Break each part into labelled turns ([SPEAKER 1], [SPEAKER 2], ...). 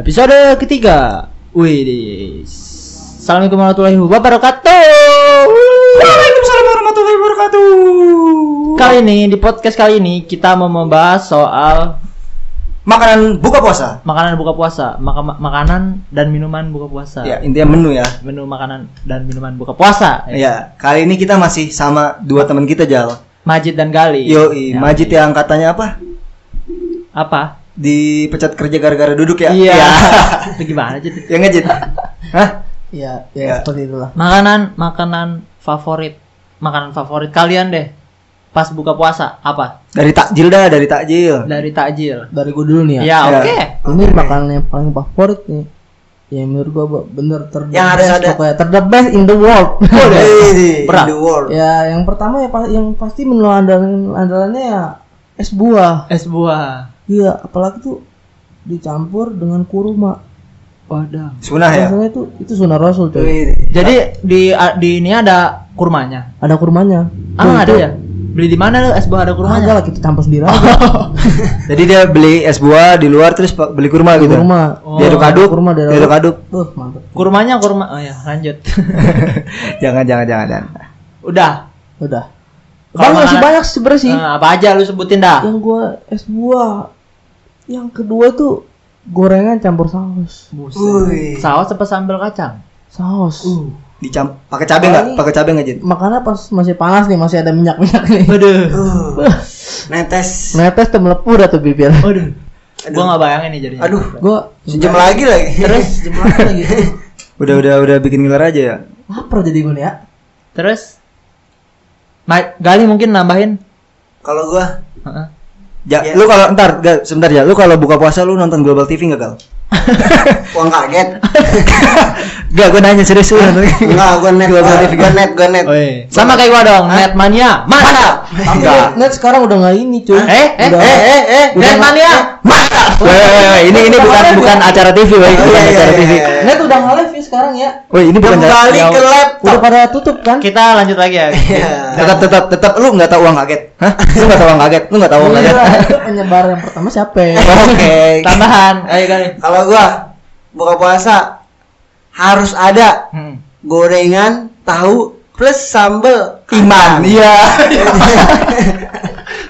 [SPEAKER 1] Episode ketiga. Wih, Assalamualaikum warahmatullahi wabarakatuh.
[SPEAKER 2] Waalaikumsalam warahmatullahi wabarakatuh.
[SPEAKER 1] Kali ini di podcast kali ini kita mau membahas soal
[SPEAKER 2] Makanan buka puasa.
[SPEAKER 1] makanan buka puasa, Maka- ma- makanan dan minuman buka puasa.
[SPEAKER 2] Ya, intinya menu ya.
[SPEAKER 1] Menu makanan dan minuman buka puasa. ya.
[SPEAKER 2] Ya, kali ini kita masih sama dua teman kita Jal.
[SPEAKER 1] Majid dan Gali.
[SPEAKER 2] Yo,
[SPEAKER 1] Ya.
[SPEAKER 2] Majid yang katanya apa?
[SPEAKER 1] Apa?
[SPEAKER 2] Dipecat kerja gara-gara duduk ya?
[SPEAKER 1] Iya.
[SPEAKER 2] Ya.
[SPEAKER 1] Itu gimana Jid?
[SPEAKER 2] Ya nggak, Jid? Hah?
[SPEAKER 3] Ya,
[SPEAKER 2] Ya.
[SPEAKER 3] ya, seperti itulah.
[SPEAKER 1] Makanan makanan favorit. Makanan favorit kalian deh. Pas buka puasa apa?
[SPEAKER 2] Dari takjil dah, dari takjil.
[SPEAKER 1] Dari takjil.
[SPEAKER 3] Dari gue dulu nih
[SPEAKER 1] Ya,
[SPEAKER 3] ya.
[SPEAKER 2] Ya.
[SPEAKER 1] oke.
[SPEAKER 3] Ini makanan yang paling favorit nih. Ya menurut gua Bang, bener ter
[SPEAKER 2] Yang ada- ada.
[SPEAKER 3] pokoknya ter the best in the world.
[SPEAKER 2] Hey,
[SPEAKER 1] Berat.
[SPEAKER 2] in the world.
[SPEAKER 3] ya yang pertama ya pa- yang pasti menu andalan andalannya ya es buah.
[SPEAKER 1] Es buah.
[SPEAKER 3] Iya, apalagi tuh dicampur dengan kurma.
[SPEAKER 1] Waduh.
[SPEAKER 2] Sunnah ya.
[SPEAKER 3] Rasanya itu itu sunnah rasul coy.
[SPEAKER 2] Wih,
[SPEAKER 1] Jadi di di ini ada kurmanya.
[SPEAKER 3] Ada kurmanya. Tuh,
[SPEAKER 1] Ah, ada
[SPEAKER 3] itu.
[SPEAKER 1] ya? Beli di mana lu es buah ada kurmanya?
[SPEAKER 3] Ada lah kita campur sendiri aja.
[SPEAKER 2] Jadi dia beli es buah di luar terus pa- beli kurma gitu.
[SPEAKER 3] kurma.
[SPEAKER 1] Oh,
[SPEAKER 2] Diaduk-aduk,
[SPEAKER 3] kurma diaduk-aduk.
[SPEAKER 2] diaduk-aduk.
[SPEAKER 3] Tuh, mantap.
[SPEAKER 1] Kurmanya kurma. Oh ya, lanjut.
[SPEAKER 2] jangan, jangan, jangan. jangan.
[SPEAKER 1] Udah.
[SPEAKER 3] Udah.
[SPEAKER 1] Kalau
[SPEAKER 3] Bang masih
[SPEAKER 1] makanan-
[SPEAKER 3] banyak sih sebenernya sih.
[SPEAKER 1] Eh, apa aja lu sebutin dah.
[SPEAKER 3] yang gua es buah yang kedua tuh gorengan campur saus
[SPEAKER 2] Wih.
[SPEAKER 1] Saus apa sambal kacang?
[SPEAKER 3] saus
[SPEAKER 2] Dicam pakai cabe nggak? Pakai cabe nggak, Jid?
[SPEAKER 3] makanya pas masih panas nih masih ada minyak minyak nih
[SPEAKER 1] Waduh.
[SPEAKER 2] Netes.
[SPEAKER 3] netes tuh melepuh dah tuh bibir
[SPEAKER 1] Waduh. Gua nggak bayangin nih jadinya.
[SPEAKER 2] Aduh,
[SPEAKER 3] gua
[SPEAKER 2] sejam lagi lagi.
[SPEAKER 3] terus jam berapa lagi
[SPEAKER 2] Udah udah udah bikin ngiler aja ya.
[SPEAKER 3] lapar jadi gua nih ya
[SPEAKER 1] Terus Ma- Gali mungkin nambahin.
[SPEAKER 2] Kalau gua
[SPEAKER 1] Heeh.
[SPEAKER 2] Ja, lu kalau ntar, ga, sebentar ya. Lu kalau buka puasa lu nonton Global TV enggak, Gal? Wah, kaget. Enggak, gua nanya serius lu nonton. Enggak, gua net. Global TV gua net, gua
[SPEAKER 4] Iya.
[SPEAKER 1] Oh,
[SPEAKER 2] net.
[SPEAKER 1] Sama kayak gua dong, Netmania. Mana?
[SPEAKER 3] tapi
[SPEAKER 2] Enggak.
[SPEAKER 3] Ah, net, net sekarang udah nggak ini cuy
[SPEAKER 1] Eh, eh,
[SPEAKER 3] Udah-
[SPEAKER 1] eh, eh, eh,
[SPEAKER 3] udah
[SPEAKER 1] Netmania.
[SPEAKER 2] Woi, woi, woi, ini ini bukan bukan acara TV, woi, bukan acara TV.
[SPEAKER 4] Iya.
[SPEAKER 3] net udah nggak live ya sekarang ya
[SPEAKER 2] Woi, ini bukan acara-
[SPEAKER 1] Kembali ke
[SPEAKER 3] udah pada tutup kan
[SPEAKER 1] Kita lanjut lagi ya.
[SPEAKER 2] Iya.
[SPEAKER 4] Iya.
[SPEAKER 2] Tetap tetap tetap lu enggak tahu uang kaget. Hah? Lu enggak tahu uang kaget. Lu enggak tahu uang kaget.
[SPEAKER 3] Iya, itu penyebar yang pertama siapa ya
[SPEAKER 2] Oke.
[SPEAKER 1] Tambahan. Ayo Gali.
[SPEAKER 4] Kalau gua buka puasa harus ada
[SPEAKER 1] Hmm.
[SPEAKER 4] gorengan, tahu plus sambel.
[SPEAKER 2] Iman. Iya.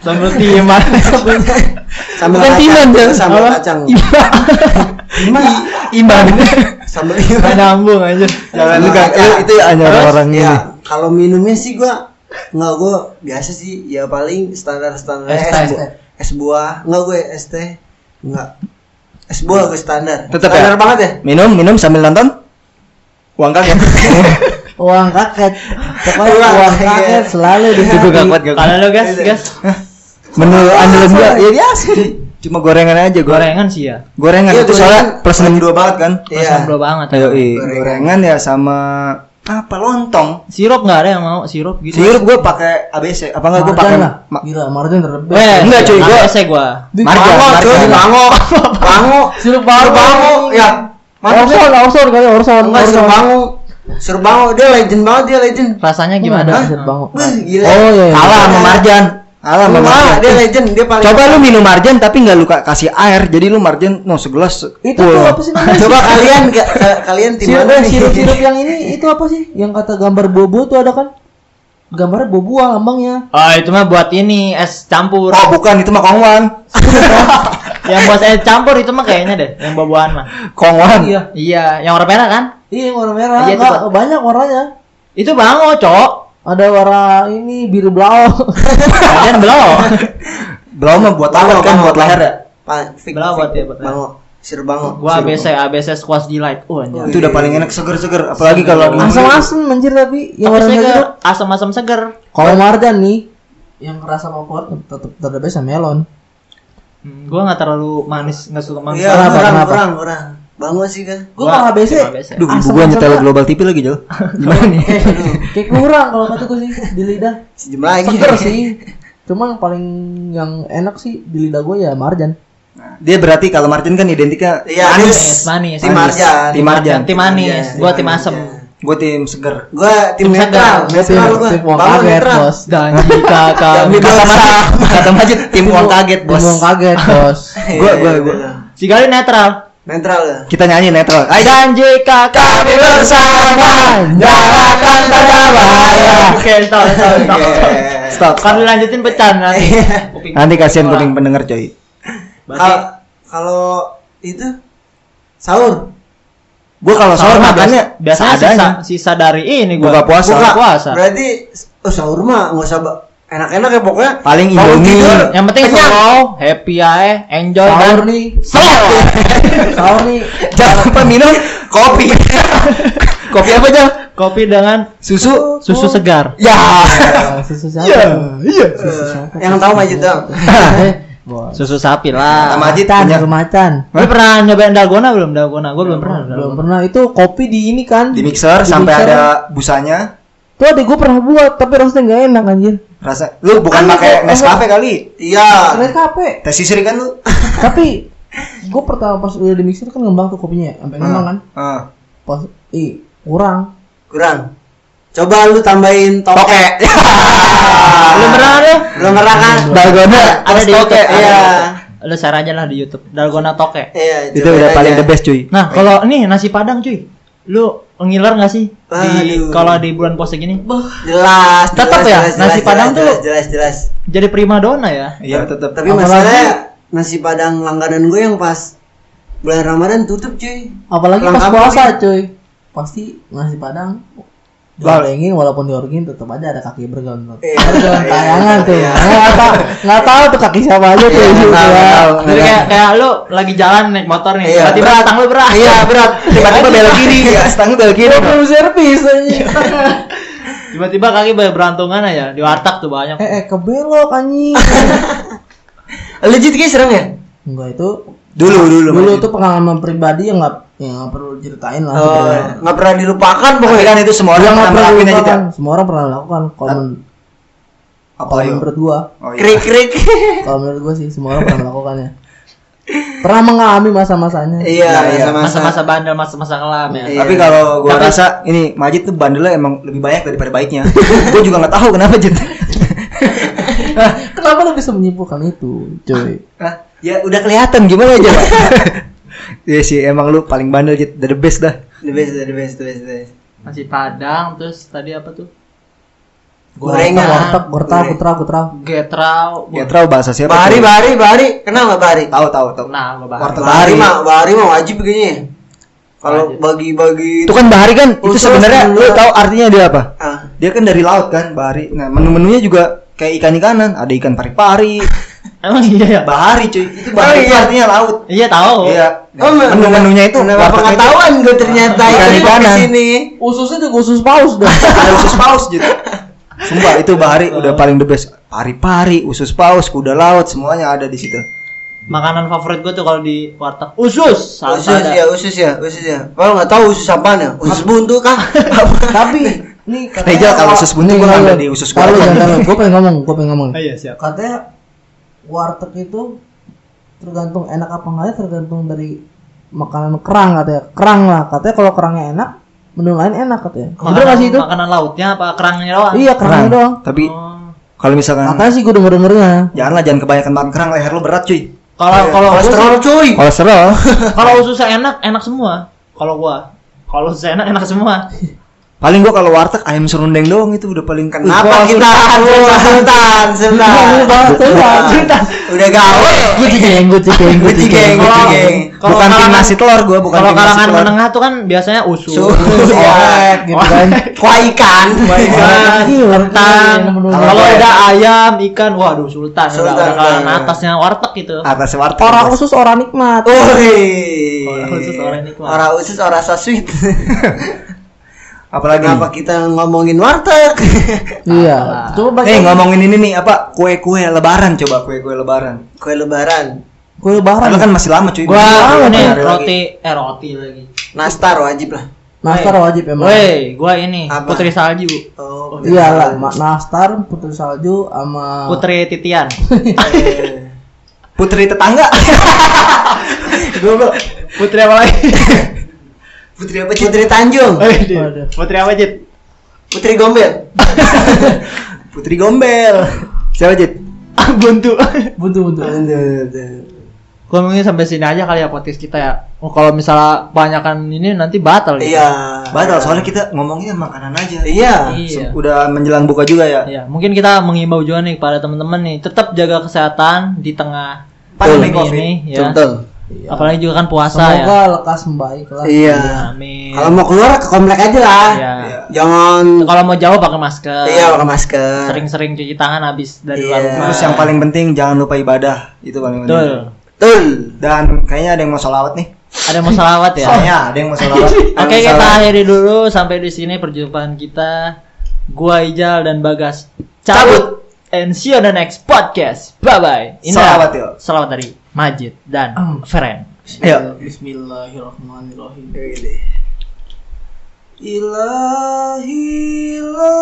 [SPEAKER 1] Sambal timan.
[SPEAKER 4] Sambel
[SPEAKER 2] Bukan
[SPEAKER 4] kacang.
[SPEAKER 2] timan, Jel.
[SPEAKER 4] Sambel
[SPEAKER 2] Apa?
[SPEAKER 4] kacang.
[SPEAKER 2] Iman. Iman.
[SPEAKER 4] Sambel
[SPEAKER 1] Gak
[SPEAKER 4] iman.
[SPEAKER 1] nyambung aja.
[SPEAKER 2] Jangan lu Kak. Lu- itu hanya orang ini.
[SPEAKER 4] Ya, kalau minumnya sih gua nggak gua biasa sih ya paling standar standar
[SPEAKER 1] Es teh, es
[SPEAKER 4] bu- es buah nggak gue es teh nggak es buah gue standar
[SPEAKER 2] Tetep ya?
[SPEAKER 4] standar banget ya
[SPEAKER 2] Minum, minum sambil nonton. Uang kaget.
[SPEAKER 3] uang kaget pokoknya
[SPEAKER 4] Uang
[SPEAKER 3] uang
[SPEAKER 4] kaget.
[SPEAKER 3] kaget selalu di
[SPEAKER 2] Itu gak kuat gak Iya.
[SPEAKER 1] Kalau
[SPEAKER 2] kuat.
[SPEAKER 1] lo guys, guys
[SPEAKER 2] Menu andalan gua ya biasa. Cuma gorengan aja goreng.
[SPEAKER 1] gorengan sih ya.
[SPEAKER 2] Gorengan
[SPEAKER 4] Iya,
[SPEAKER 2] itu soalnya
[SPEAKER 4] gorengan.
[SPEAKER 2] plus 62 banget kan.
[SPEAKER 4] iya
[SPEAKER 1] Sambal banget. ya.
[SPEAKER 2] Ayo, i.
[SPEAKER 4] Gorengan.
[SPEAKER 2] gorengan ya sama apa lontong.
[SPEAKER 1] Sirup nggak ada yang mau sirup gitu.
[SPEAKER 2] Sirup gua pakai ABC apa enggak gua pakai
[SPEAKER 3] Marjan lah
[SPEAKER 2] ma-
[SPEAKER 3] gila marjan terlebih
[SPEAKER 1] Eh,
[SPEAKER 2] Enggak, cuy, gua-
[SPEAKER 1] Saya gua.
[SPEAKER 2] marjan,
[SPEAKER 4] Bango, cuy,
[SPEAKER 2] marjan.
[SPEAKER 4] bango, bango,
[SPEAKER 3] Sirup
[SPEAKER 4] Sirup bango, ya. Mantap,
[SPEAKER 2] Eh,
[SPEAKER 3] Orson, Orson kali Orson.
[SPEAKER 4] Enggak
[SPEAKER 3] Orson.
[SPEAKER 4] Serbango. Serbango dia legend banget dia legend.
[SPEAKER 1] Rasanya gimana?
[SPEAKER 3] Hah? Serbango.
[SPEAKER 4] Wih, gila.
[SPEAKER 3] Oh iya. iya.
[SPEAKER 2] Kalah sama Marjan. Kalah sama
[SPEAKER 4] Wah, dia
[SPEAKER 2] Marjan.
[SPEAKER 4] legend, dia paling
[SPEAKER 2] Coba lu minum Marjan tapi enggak lu ka- kasih air. Jadi lu Marjan no segelas.
[SPEAKER 3] Itu
[SPEAKER 2] full.
[SPEAKER 3] tuh apa sih namanya?
[SPEAKER 4] Coba kalian ke, ke- kalian tim
[SPEAKER 3] Sirup
[SPEAKER 4] mana nih?
[SPEAKER 3] sirup sirup ya. yang ini itu apa sih? Yang kata gambar bobo tuh ada kan? Gambarnya bobo ah, lambangnya.
[SPEAKER 1] Oh, itu mah buat ini es campur.
[SPEAKER 2] Oh, bukan itu mah kongwan.
[SPEAKER 1] yang buat es campur itu mah kayaknya deh, yang buah-buahan mah.
[SPEAKER 2] Kongwan.
[SPEAKER 3] Iya.
[SPEAKER 1] Iya, yang warna merah kan?
[SPEAKER 3] Iya yang warna merah.
[SPEAKER 1] Iya, itu,
[SPEAKER 3] Enggak,
[SPEAKER 1] Pak.
[SPEAKER 3] banyak warnanya.
[SPEAKER 1] Itu bango, cok.
[SPEAKER 3] Ada warna ini biru blau.
[SPEAKER 1] Kalian belum.
[SPEAKER 2] Belau mah buat tangan kan buat leher ya.
[SPEAKER 4] Pa- fik-
[SPEAKER 1] Belah buat
[SPEAKER 4] fik-
[SPEAKER 1] dia, buat leher.
[SPEAKER 4] Bango. Serbango.
[SPEAKER 1] Gua ABC ABC squash delight. Oh, anjir.
[SPEAKER 2] Itu udah paling enak seger-seger apalagi kalau
[SPEAKER 3] Asam-asam anjir tapi yang
[SPEAKER 2] iya,
[SPEAKER 1] Tapi
[SPEAKER 3] warna
[SPEAKER 1] seger,
[SPEAKER 3] merah.
[SPEAKER 1] asam-asam seger.
[SPEAKER 3] Kalau marjan nih yang kerasa favorit tetap terdebes sama melon.
[SPEAKER 1] Hmm, gua nggak terlalu manis, nggak suka manis.
[SPEAKER 4] Iya,
[SPEAKER 3] Kenapa,
[SPEAKER 4] kurang,
[SPEAKER 3] kenapa?
[SPEAKER 4] kurang, kurang. Bango sih kan.
[SPEAKER 3] Gua malah ABC.
[SPEAKER 2] Duh, ibu gua nyetel global TV lagi, Jol. Gimana nih?
[SPEAKER 3] Kayak kurang kalau kata gue sih di lidah.
[SPEAKER 4] Sejam lagi.
[SPEAKER 3] Seger sih. Cuma yang paling yang enak sih di lidah gue ya marjan.
[SPEAKER 2] Dia berarti kalau Marjan kan identiknya
[SPEAKER 4] Iya,
[SPEAKER 1] Manis, manis.
[SPEAKER 4] Tim Marjan.
[SPEAKER 2] Tim Marjan.
[SPEAKER 1] Tim manis, gua tim asem.
[SPEAKER 2] Gue tim seger.
[SPEAKER 4] Gue tim
[SPEAKER 1] Tim segar.
[SPEAKER 4] netral, netral
[SPEAKER 3] Tim-
[SPEAKER 4] gue.
[SPEAKER 3] tim uang
[SPEAKER 4] Bawang
[SPEAKER 3] kaget
[SPEAKER 4] netral.
[SPEAKER 3] bos dan jika
[SPEAKER 1] Ya,
[SPEAKER 3] kan
[SPEAKER 2] Kata Masjid, kata Masjid tim uang kaget, Bos.
[SPEAKER 3] uang kaget bos
[SPEAKER 2] Gue gue gue.
[SPEAKER 1] Si Gali netral.
[SPEAKER 4] Iya, Netral ya.
[SPEAKER 2] Kita nyanyi netral. Ayo.
[SPEAKER 1] Dan jika kami bersama
[SPEAKER 2] Jangan
[SPEAKER 1] bahaya. Oke, stop, stop, stop.
[SPEAKER 2] Iya. Stop.
[SPEAKER 1] Kan dilanjutin pecahan
[SPEAKER 2] Iya.
[SPEAKER 1] nanti. Kuping.
[SPEAKER 2] Nanti kasihan kuping pendengar coy.
[SPEAKER 1] Berarti
[SPEAKER 4] Kal- Kalau itu sahur.
[SPEAKER 2] Gue kalau sahur
[SPEAKER 1] mah
[SPEAKER 2] makannya
[SPEAKER 1] bias- biasanya sisa,
[SPEAKER 2] seadanya.
[SPEAKER 1] sisa dari ini gua.
[SPEAKER 2] Buka puasa.
[SPEAKER 1] Buka
[SPEAKER 4] Buka.
[SPEAKER 1] puasa.
[SPEAKER 4] Berarti oh, sahur mah nggak usah ba- enak-enak ya pokoknya.
[SPEAKER 2] Paling
[SPEAKER 4] Bangun
[SPEAKER 2] Indomie.
[SPEAKER 4] tidur.
[SPEAKER 1] Yang penting
[SPEAKER 4] Kenyang.
[SPEAKER 1] slow, happy aja, enjoy
[SPEAKER 3] sahur
[SPEAKER 1] dan
[SPEAKER 3] nih
[SPEAKER 1] slow.
[SPEAKER 3] sahur nih
[SPEAKER 2] Jangan lupa minum kopi. kopi apa jam?
[SPEAKER 1] Kopi dengan
[SPEAKER 2] Susu.
[SPEAKER 1] susu segar.
[SPEAKER 2] Ya.
[SPEAKER 3] Ah, susu siapa
[SPEAKER 2] Iya. Iya.
[SPEAKER 4] Eh, yang tahu mah gitu.
[SPEAKER 3] Eh, bos
[SPEAKER 1] Susu sapi lah.
[SPEAKER 2] Sama Ajit
[SPEAKER 3] Macan,
[SPEAKER 2] punya
[SPEAKER 3] kemacan
[SPEAKER 1] Lu pernah nyobain dalgona belum? Dalgona gua belum pernah.
[SPEAKER 3] belum pernah itu kopi di ini kan
[SPEAKER 2] di
[SPEAKER 3] Di
[SPEAKER 2] mixer sampai
[SPEAKER 3] mixer.
[SPEAKER 2] ada busanya.
[SPEAKER 3] tuh adik gue pernah buat tapi rasanya nggak enak anjir
[SPEAKER 2] Rasa lu bukan pakai Nescafe kali.
[SPEAKER 4] Iya.
[SPEAKER 2] Ah.
[SPEAKER 3] Keren kape
[SPEAKER 2] Tes sisir kan lu?
[SPEAKER 3] tapi gue pertama pas udah di mixer kan ngembang tuh kopinya sampai
[SPEAKER 2] Ah.
[SPEAKER 3] ngembang kan
[SPEAKER 2] Heeh.
[SPEAKER 3] pas ih kurang
[SPEAKER 4] Kurang. Coba lu tambahin toke.
[SPEAKER 2] Toke.
[SPEAKER 1] Belum pernah lu?
[SPEAKER 4] Belum pernah kan?
[SPEAKER 2] Dalgona
[SPEAKER 1] Ada di
[SPEAKER 2] toke.
[SPEAKER 1] YouTube.
[SPEAKER 4] Iya.
[SPEAKER 1] Lu share aja lah di YouTube. Dalgona toke.
[SPEAKER 4] Iya.
[SPEAKER 2] Itu
[SPEAKER 4] cobain
[SPEAKER 2] udah
[SPEAKER 4] aja.
[SPEAKER 2] paling the best cuy.
[SPEAKER 1] Nah, kalau nih nasi padang cuy. Lu ngiler gak sih? Di
[SPEAKER 4] Aduh.
[SPEAKER 1] kalau di bulan puasa gini.
[SPEAKER 4] Jelas.
[SPEAKER 1] Tetap
[SPEAKER 4] jelas,
[SPEAKER 1] ya,
[SPEAKER 4] jelas,
[SPEAKER 1] nasi
[SPEAKER 4] jelas,
[SPEAKER 1] Padang
[SPEAKER 4] jelas,
[SPEAKER 1] tuh-
[SPEAKER 4] jelas jelas.
[SPEAKER 1] Jadi prima donna ya.
[SPEAKER 2] Iya, tetap.
[SPEAKER 4] Tapi
[SPEAKER 3] Apalagi-
[SPEAKER 4] masalahnya nasi Padang langganan gue yang pas bulan Ramadan tutup cuy.
[SPEAKER 3] apalagi
[SPEAKER 4] Kurang
[SPEAKER 3] pas
[SPEAKER 4] apa
[SPEAKER 3] puasa
[SPEAKER 4] nih?
[SPEAKER 3] cuy pasti nasi padang
[SPEAKER 2] Bal.
[SPEAKER 3] Diorengin walaupun diorengin tetap aja ada kaki bergontor.
[SPEAKER 4] Iya.
[SPEAKER 3] Bergontor
[SPEAKER 4] Iya.
[SPEAKER 3] tayangan tuh.
[SPEAKER 4] Iya.
[SPEAKER 3] Nggak tahu, nggak tahu tuh kaki siapa aja tuh.
[SPEAKER 2] Iya, nggak tahu, nggak tahu.
[SPEAKER 1] Jadi kayak kayak lu lagi jalan naik motor nih,
[SPEAKER 4] Iya,
[SPEAKER 1] tiba-tiba
[SPEAKER 2] berat.
[SPEAKER 1] tang lu berat.
[SPEAKER 2] Iya, berat. Tiba-tiba belok kiri, ya, stang belok kiri.
[SPEAKER 3] Belum servis aja.
[SPEAKER 1] Tiba-tiba kaki berantungan aja di warteg tuh banyak.
[SPEAKER 3] Eh, eh kebelok anjing.
[SPEAKER 4] Legit guys serem ya?
[SPEAKER 3] Enggak itu
[SPEAKER 2] Dulu, dulu.
[SPEAKER 3] dulu tuh pengalaman pribadi yang nggak yang nggak perlu ceritain lah.
[SPEAKER 4] Oh,
[SPEAKER 3] sebenarnya.
[SPEAKER 4] nggak pernah dilupakan
[SPEAKER 2] Tapi
[SPEAKER 4] pokoknya.
[SPEAKER 2] kan itu semua
[SPEAKER 3] Orang
[SPEAKER 2] orang
[SPEAKER 3] nggak
[SPEAKER 2] pernah
[SPEAKER 3] perlu
[SPEAKER 2] ngelakuin iya. aja
[SPEAKER 3] dilupakan.
[SPEAKER 2] tidak.
[SPEAKER 3] Semua orang pernah lakukan. Kalau men- kalau
[SPEAKER 2] Apalagi.
[SPEAKER 3] menurut gua,
[SPEAKER 2] Oh, iya.
[SPEAKER 4] Krik krik.
[SPEAKER 3] kalau menurut gua sih semua orang pernah melakukannya. Pernah mengalami masa-masanya.
[SPEAKER 4] Iya,
[SPEAKER 2] iya.
[SPEAKER 4] masa-masa.
[SPEAKER 1] Masa-masa bandel, masa-masa ngelam ya.
[SPEAKER 4] Iya.
[SPEAKER 2] Tapi kalau gua
[SPEAKER 1] Tapi-
[SPEAKER 2] rasa ini Majid tuh bandelnya emang lebih banyak daripada baiknya. gua juga nggak tahu kenapa Jid.
[SPEAKER 3] Kenapa lu bisa menyimpulkan itu, cuy?
[SPEAKER 2] Hah? ya udah kelihatan gimana aja. Pak? Iya sih, emang lu paling bandel Jid, the best dah.
[SPEAKER 4] The best, the best, the best, the best.
[SPEAKER 1] Nasi padang terus tadi apa tuh?
[SPEAKER 3] Warteg,
[SPEAKER 4] Gorengan.
[SPEAKER 2] Iya.
[SPEAKER 3] warteg,
[SPEAKER 4] Goreng.
[SPEAKER 3] putra, putra.
[SPEAKER 1] Getrau.
[SPEAKER 2] Ya tahu bahasa siapa?
[SPEAKER 4] Bahari,
[SPEAKER 2] tuh?
[SPEAKER 4] Bahari, Bahari. Kenal nggak Bahari?
[SPEAKER 2] Tahu tahu tahu.
[SPEAKER 1] Nah, gua bahas.
[SPEAKER 2] Warteg. Bahari.
[SPEAKER 4] Bahari mah, Bahari mah wajib kayaknya. ya. Kalau
[SPEAKER 1] Wajib.
[SPEAKER 4] bagi-bagi
[SPEAKER 2] Itu kan Bahari kan itu
[SPEAKER 4] Kultur
[SPEAKER 2] sebenarnya lu
[SPEAKER 4] sebenarnya.
[SPEAKER 2] tahu artinya dia apa?
[SPEAKER 4] ah,
[SPEAKER 2] Dia kan dari laut kan, Bahari. Nah, menu-menunya juga kayak ikan-ikanan, ada ikan pari-pari,
[SPEAKER 1] Emang iya ya?
[SPEAKER 2] Bahari cuy. Itu Bahari
[SPEAKER 4] Oh,
[SPEAKER 2] itu
[SPEAKER 4] iya.
[SPEAKER 2] artinya laut.
[SPEAKER 1] Iya tahu.
[SPEAKER 2] Iya.
[SPEAKER 4] Oh, men-
[SPEAKER 2] Menu-menunya itu
[SPEAKER 4] kenapa
[SPEAKER 2] wartegnya itu
[SPEAKER 4] pengetahuan gue ternyata
[SPEAKER 2] Ikan
[SPEAKER 4] ini di
[SPEAKER 2] ikanan.
[SPEAKER 4] sini.
[SPEAKER 3] Ususnya juga usus paus dah.
[SPEAKER 2] ada usus paus gitu. Sumpah itu Bahari udah paling the best. Pari-pari, usus paus, kuda laut semuanya ada di situ.
[SPEAKER 1] Makanan favorit gua tuh kalau di warteg usus. Saus
[SPEAKER 4] Usus
[SPEAKER 1] ada.
[SPEAKER 4] ya, usus ya, usus ya. Kalau nggak tahu usus apaan ya? Usus buntu kah?
[SPEAKER 3] Tapi nih
[SPEAKER 2] Reza, kalau usus buntu gua ngambil di usus gua
[SPEAKER 3] Kalau
[SPEAKER 2] doang.
[SPEAKER 3] gue pengen ngomong, gue pengen ngomong.
[SPEAKER 1] Oh, iya siap.
[SPEAKER 3] katanya warteg itu tergantung enak apa enggaknya tergantung dari makanan kerang katanya kerang lah katanya kalau kerangnya enak menu lain enak katanya bener
[SPEAKER 1] Makanan,
[SPEAKER 3] gak sih itu
[SPEAKER 1] makanan lautnya apa kerangnya doang?
[SPEAKER 3] iya kerangnya
[SPEAKER 2] Kerang.
[SPEAKER 3] doang
[SPEAKER 2] Tapi
[SPEAKER 1] Oh.
[SPEAKER 2] kalau misalkan
[SPEAKER 3] katanya sih gue denger dengernya
[SPEAKER 2] janganlah jangan kebanyakan makan kerang leher lu berat cuy.
[SPEAKER 1] Kalau kalau gua sih-
[SPEAKER 4] Kolesterol cuy.
[SPEAKER 2] Kolesterol.
[SPEAKER 1] kalau ususnya enak, enak semua. Kalau gua, kalau ususnya enak, enak semua.
[SPEAKER 2] paling gua kalau warteg ayam serundeng doang itu udah paling kan.
[SPEAKER 4] Kenapa kita Sultan, Sultan,
[SPEAKER 3] Iya,
[SPEAKER 4] Sultan. Udah gaul.
[SPEAKER 3] gue cikeng gue cikeng gue
[SPEAKER 4] Geng,
[SPEAKER 3] cikeng
[SPEAKER 1] Kalau-
[SPEAKER 4] geng.
[SPEAKER 1] kalau
[SPEAKER 2] gitu, bukan tim
[SPEAKER 1] kalangan-
[SPEAKER 2] nasi telur gua, bukan
[SPEAKER 1] Kalau
[SPEAKER 2] tim nasi
[SPEAKER 1] kalangan
[SPEAKER 2] telur. Iya,
[SPEAKER 1] menengah tuh kan biasanya usus.
[SPEAKER 4] Usus ya.
[SPEAKER 3] gitu kan
[SPEAKER 4] Kuah ikan.
[SPEAKER 1] Ikan,
[SPEAKER 3] Iya,
[SPEAKER 1] kentang.
[SPEAKER 3] bener-bener.
[SPEAKER 1] Kalau udah ayam, ikan, waduh sultan. Udah,
[SPEAKER 4] Sultan,
[SPEAKER 1] udah kalangan
[SPEAKER 4] iya.
[SPEAKER 1] atasnya warteg gitu.
[SPEAKER 2] atas warteg.
[SPEAKER 3] orang
[SPEAKER 2] Bos.
[SPEAKER 3] usus orang nikmat
[SPEAKER 2] Oh.
[SPEAKER 4] Wih.
[SPEAKER 1] Orang usus, orang nikmat.
[SPEAKER 4] Orang usus, orang sasuit.
[SPEAKER 2] apalagi
[SPEAKER 4] Kenapa kita ngomongin warteg?
[SPEAKER 3] iya coba baca
[SPEAKER 2] nih Eh, ngomongin ini nih apa kue-kue lebaran coba kue-kue lebaran.
[SPEAKER 4] Kue lebaran.
[SPEAKER 3] gue lebaran
[SPEAKER 2] Karena
[SPEAKER 4] ya?
[SPEAKER 2] kan masih lama cuy.
[SPEAKER 1] Gua
[SPEAKER 2] Belum
[SPEAKER 1] ini
[SPEAKER 2] ada hari lagi.
[SPEAKER 1] roti, eh roti lagi.
[SPEAKER 4] Nastar wajib lah.
[SPEAKER 3] nastar wajib emang
[SPEAKER 1] Woi, gua ini
[SPEAKER 4] Apa?
[SPEAKER 1] putri salju,
[SPEAKER 4] Oh,
[SPEAKER 3] iya lah ma- nastar putri salju sama
[SPEAKER 1] putri titian.
[SPEAKER 2] Putri tetangga.
[SPEAKER 1] Putri apa lagi?
[SPEAKER 4] Putri apa? Cid? Putri Tanjung.
[SPEAKER 3] Waduh.
[SPEAKER 5] Putri apa Jit?
[SPEAKER 4] Putri Gombel.
[SPEAKER 2] Putri Gombel. Siapa Jit?
[SPEAKER 5] Buntu.
[SPEAKER 3] Buntu buntu.
[SPEAKER 1] Gue mungkin sampai sini aja kali ya podcast kita ya. Oh, kalau misalnya banyakan ini nanti batal ya.
[SPEAKER 4] Iya.
[SPEAKER 2] Batal soalnya kita ngomongnya makanan aja.
[SPEAKER 4] Iya.
[SPEAKER 1] Iya.
[SPEAKER 2] Udah menjelang buka juga ya.
[SPEAKER 1] Iya, mungkin kita mengimbau juga nih kepada teman-teman nih, tetap jaga kesehatan di tengah pandemi
[SPEAKER 4] Pandemi Covid.
[SPEAKER 1] ini ya.
[SPEAKER 2] Contoh.
[SPEAKER 1] Apalagi juga kan puasa
[SPEAKER 3] Semoga lekas membaik lah.
[SPEAKER 4] Iya.
[SPEAKER 1] ya. Amin.
[SPEAKER 4] Kalau mau keluar ke komplek aja lah.
[SPEAKER 1] Iya.
[SPEAKER 4] Jangan
[SPEAKER 1] Kalau mau jauh pakai masker.
[SPEAKER 4] iya pakai masker.
[SPEAKER 1] Sering-sering cuci tangan habis dari
[SPEAKER 4] Iya.
[SPEAKER 1] luar rumah.
[SPEAKER 2] Terus yang paling penting jangan lupa ibadah. Itu paling penting.
[SPEAKER 1] Betul.
[SPEAKER 4] Betul.
[SPEAKER 2] Dan kayaknya ada yang mau sholawat nih.
[SPEAKER 1] Ada yang mau salawat ya.
[SPEAKER 2] Kayaknya ada yang mau sholawat.
[SPEAKER 1] Oke, kita akhiri dulu sampai di sini perjumpaan kita. Gua Ijal dan Bagas cabut. And see you on the next podcast. Bye bye.
[SPEAKER 2] Salawat, Oh. yo.
[SPEAKER 1] Salawat dari Majid dan Feren.
[SPEAKER 2] Ayo.
[SPEAKER 3] Bismillahirrahmanirrahim.
[SPEAKER 4] Ilahi ilahi